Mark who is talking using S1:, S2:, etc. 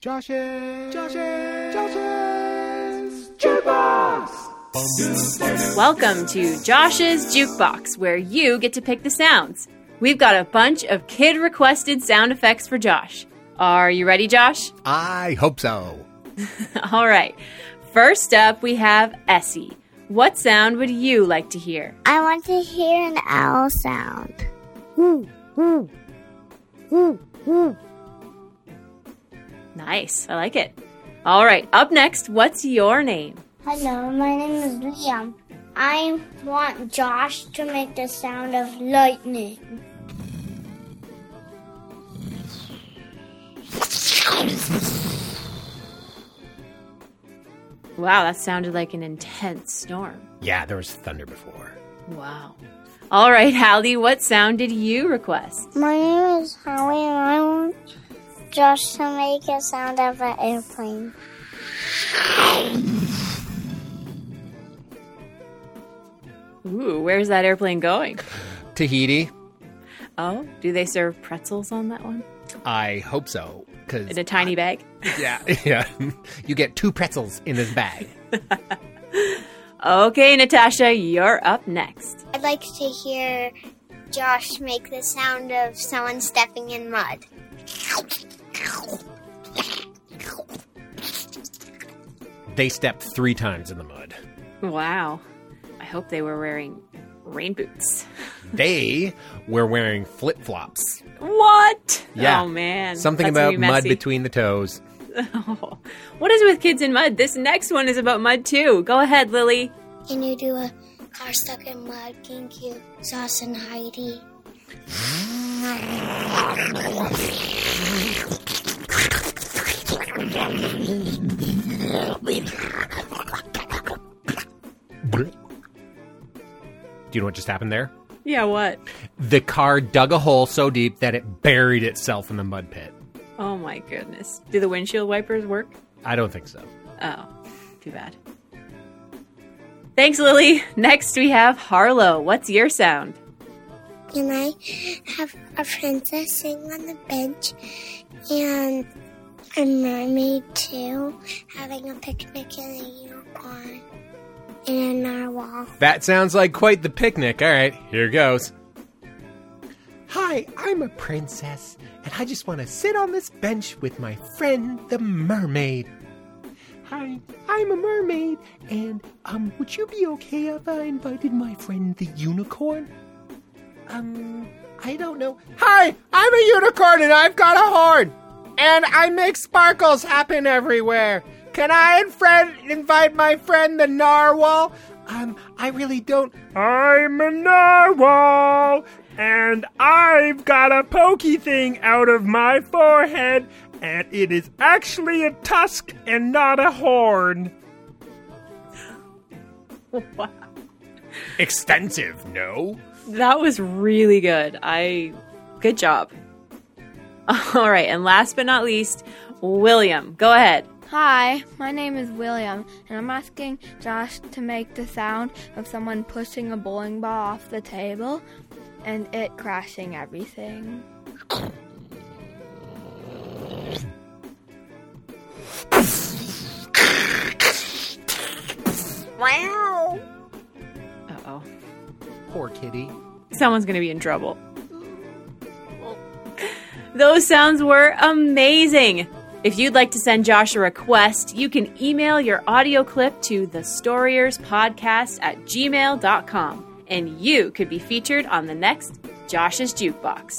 S1: Josh's Josh's Josh's Jukebox.
S2: Welcome to Josh's Jukebox, where you get to pick the sounds. We've got a bunch of kid requested sound effects for Josh. Are you ready, Josh?
S1: I hope so.
S2: All right. First up, we have Essie. What sound would you like to hear?
S3: I want to hear an owl sound. Woo, woo, woo, woo.
S2: Nice. I like it. All right. Up next, what's your name?
S3: Hello, my name is Liam. I want Josh to make the sound of lightning.
S2: Wow, that sounded like an intense storm.
S1: Yeah, there was thunder before.
S2: Wow. All right, Hallie, what sound did you request?
S3: My name is Howie, and I want Josh to make a sound of an airplane.
S2: Ooh, where's that airplane going?
S1: Tahiti.
S2: Oh, do they serve pretzels on that one?
S1: I hope so. Cause
S2: In a tiny bag?
S1: yeah, yeah. You get two pretzels in this bag.
S2: Okay, Natasha, you're up next.
S3: I'd like to hear Josh make the sound of someone stepping in mud.
S1: They stepped three times in the mud.
S2: Wow. I hope they were wearing rain boots.
S1: They were wearing flip flops.
S2: What?
S1: Yeah.
S2: Oh, man.
S1: Something
S2: That's gonna
S1: about
S2: be
S1: mud
S2: messy. Oh.
S1: between the toes.
S2: What is it with kids in mud? This next one is about mud, too. Go ahead, Lily.
S3: Can you do a car stuck in mud? Thank you, Sauce and Heidi.
S1: Do you know what just happened there?
S2: Yeah, what?
S1: The car dug a hole so deep that it buried itself in the mud pit.
S2: Oh, my goodness. Do the windshield wipers work?
S1: I don't think so.
S2: Oh, too bad. Thanks, Lily. Next, we have Harlow. What's your sound?
S3: Can I have a princess sitting on the bench and a mermaid too, having a picnic in a unicorn and a narwhal?
S1: That sounds like quite the picnic. All right, here goes. Hi, I'm a princess, and I just want to sit on this bench with my friend the mermaid. Hi, I'm a mermaid, and um, would you be okay if I invited my friend the unicorn? Um, I don't know. Hi, I'm a unicorn, and I've got a horn, and I make sparkles happen everywhere. Can I and friend invite my friend the narwhal? Um, I really don't. I'm a narwhal, and I've got a pokey thing out of my forehead, and it is actually a tusk and not a horn.
S2: Wow.
S1: Extensive, no?
S2: That was really good. I good job. All right, and last but not least, William. Go ahead.
S4: Hi, my name is William, and I'm asking Josh to make the sound of someone pushing a bowling ball off the table and it crashing everything.
S2: Uh-oh.
S1: Poor kitty.
S2: Someone's going to be in trouble. Those sounds were amazing. If you'd like to send Josh a request, you can email your audio clip to thestorierspodcast at gmail.com, and you could be featured on the next Josh's Jukebox.